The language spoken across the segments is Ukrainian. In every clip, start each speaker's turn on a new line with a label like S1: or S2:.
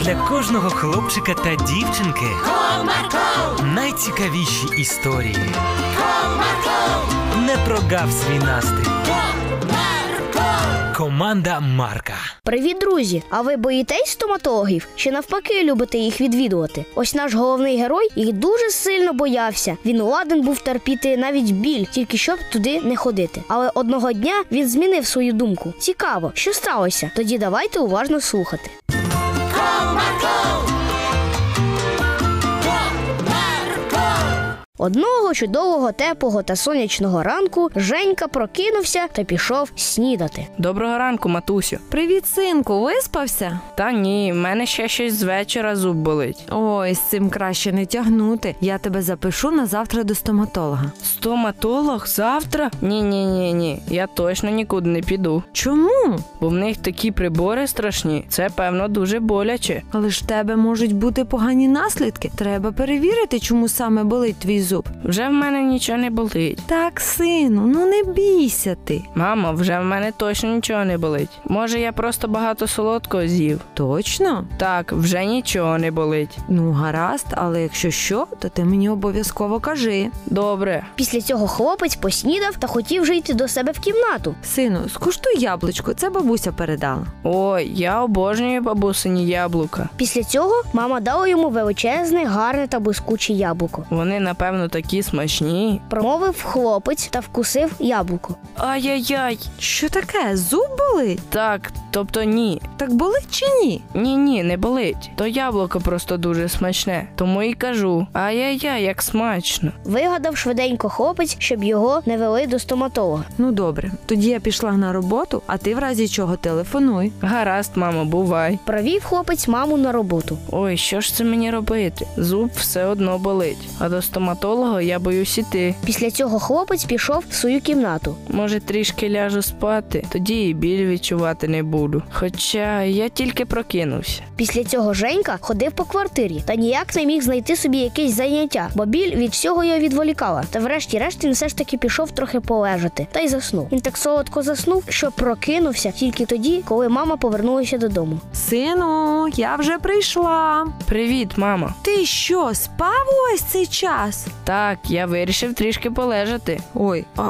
S1: для кожного хлопчика та дівчинки
S2: Comarco,
S1: найцікавіші історії.
S2: comarco,
S1: Не прогав свій настрій.
S2: comarco.
S1: Команда Марка.
S3: Привіт, друзі! А ви боїтесь стоматологів? Чи навпаки любите їх відвідувати? Ось наш головний герой їх дуже сильно боявся. Він ладен був терпіти навіть біль, тільки щоб туди не ходити. Але одного дня він змінив свою думку. Цікаво, що сталося? Тоді давайте уважно слухати. Одного чудового, теплого та сонячного ранку Женька прокинувся та пішов снідати.
S4: Доброго ранку, матусю.
S5: Привіт, синку, виспався?
S4: Та ні, в мене ще щось з вечора зуб болить.
S5: Ой, з цим краще не тягнути. Я тебе запишу на завтра до стоматолога.
S4: Стоматолог завтра? Ні, ні, ні, ні. Я точно нікуди не піду.
S5: Чому?
S4: Бо в них такі прибори страшні. Це певно дуже боляче.
S5: Але ж в тебе можуть бути погані наслідки. Треба перевірити, чому саме болить твій зуб.
S4: Вже в мене нічого не болить.
S5: Так, сину, ну не бійся ти.
S4: Мамо, вже в мене точно нічого не болить. Може, я просто багато солодкого з'їв.
S5: Точно?
S4: Так, вже нічого не болить.
S5: Ну, гаразд, але якщо що, то ти мені обов'язково кажи.
S4: Добре.
S3: Після цього хлопець поснідав та хотів вже йти до себе в кімнату.
S5: Сину, скуштуй яблучко, це бабуся передала.
S4: Ой, я обожнюю бабусині яблука.
S3: Після цього мама дала йому величезне, гарне та блискуче яблуко.
S4: Вони, напевно, такі смачні.
S3: Промовив хлопець та вкусив яблуко.
S4: Ай-яй-яй.
S5: Що таке? Зуб болить?
S4: Так, тобто ні.
S5: Так болить чи ні?
S4: Ні, ні, не болить. То яблуко просто дуже смачне. Тому і кажу: ай-яй-яй, як смачно.
S3: Вигадав швиденько хлопець, щоб його не вели до стоматолога.
S5: Ну добре, тоді я пішла на роботу, а ти в разі чого телефонуй.
S4: Гаразд, мамо, бувай.
S3: Провів хлопець маму на роботу.
S4: Ой, що ж це мені робити? Зуб все одно болить, а до стоматолога я боюсь іти.
S3: Після цього хлопець пішов в свою кімнату.
S4: Може, трішки ляжу спати, тоді і біль відчувати не буду. Хоча я тільки прокинувся.
S3: Після цього Женька ходив по квартирі та ніяк не міг знайти собі якесь заняття, бо біль від всього його відволікала. Та врешті-решт він все ж таки пішов трохи полежати та й заснув. Він так солодко заснув, що прокинувся тільки тоді, коли мама повернулася додому.
S5: Сину, я вже прийшла.
S4: Привіт, мама.
S5: Ти що, спав ось цей час?
S4: Так, я вирішив трішки полежати.
S5: Ой, а,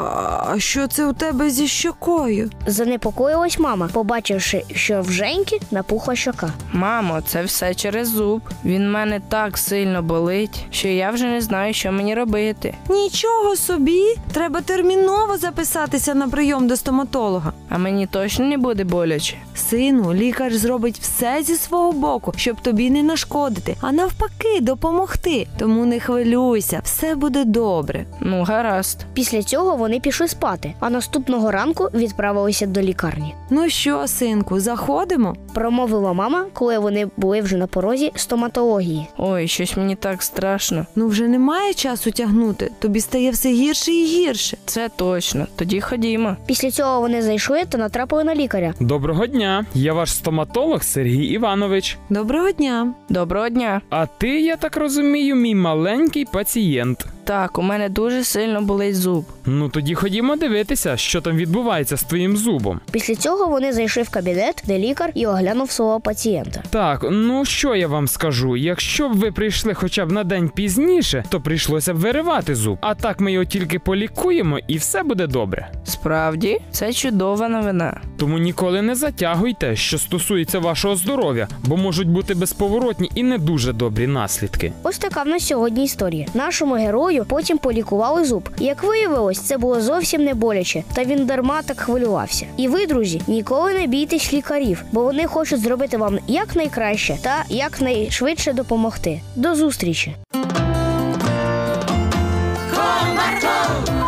S5: а що це у тебе зі щокою?
S3: Занепокоїлась мама, побачивши, що в Женьки напухла щока.
S4: Мамо, це все через зуб. Він в мене так сильно болить, що я вже не знаю, що мені робити.
S5: Нічого собі, треба терміново записатися на прийом до стоматолога.
S4: А мені точно не буде боляче.
S5: Сину, лікар зробить все зі свого боку, щоб тобі не нашкодити, а навпаки, допомогти. Тому не хвилюйся, все буде добре.
S4: Ну, гаразд.
S3: Після цього вони пішли спати, а наступного ранку відправилися до лікарні.
S5: Ну що, синку, заходимо?
S3: Промовила мама, коли вони були вже на порозі стоматології.
S4: Ой, щось мені так страшно.
S5: Ну вже немає часу тягнути, тобі стає все гірше і гірше.
S4: Це точно. Тоді ходімо.
S3: Після цього вони зайшли та натрапили на лікаря.
S6: Доброго дня, я ваш стоматолог Сергій Іванович.
S5: Доброго дня.
S4: Доброго дня.
S6: А ти, я так розумію, мій маленький пацієнт.
S4: Так, у мене дуже сильно болить зуб.
S6: Ну тоді ходімо дивитися, що там відбувається з твоїм зубом.
S3: Після цього вони зайшли в кабінет, де лікар і оглянув свого пацієнта.
S6: Так, ну що я вам скажу? Якщо б ви прийшли хоча б на день пізніше, то прийшлося б виривати зуб. А так ми його тільки полікуємо і все буде добре.
S4: Справді, це чудова новина.
S6: Тому ніколи не затягуйте, що стосується вашого здоров'я, бо можуть бути безповоротні і не дуже добрі наслідки.
S3: Ось така в нас сьогодні історія. Нашому герою потім полікували зуб. Як виявилось, це було зовсім не боляче, та він дарма так хвилювався. І ви, друзі, ніколи не бійтесь лікарів, бо вони хочуть зробити вам якнайкраще та якнайшвидше допомогти. До зустрічі!
S2: Comarco,